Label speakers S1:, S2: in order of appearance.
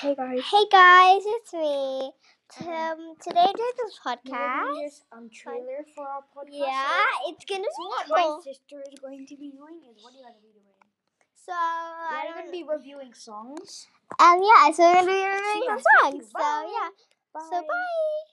S1: Hey guys.
S2: Hey guys, it's me.
S1: Um,
S2: Um, today I'm doing this
S1: We're
S2: podcast.
S1: doing this um trailer for our podcast.
S2: Yeah, it's gonna
S1: So
S2: be
S1: what my
S2: cool.
S1: sister is going to be doing is what are you gonna be doing?
S2: So
S1: We're
S2: Oh, I
S1: gonna
S2: don't.
S1: be reviewing songs.
S2: Um, yeah. So we're gonna be
S1: See
S2: reviewing some
S1: ya. Thank you.
S2: songs. So
S1: Bye.
S2: yeah. So bye.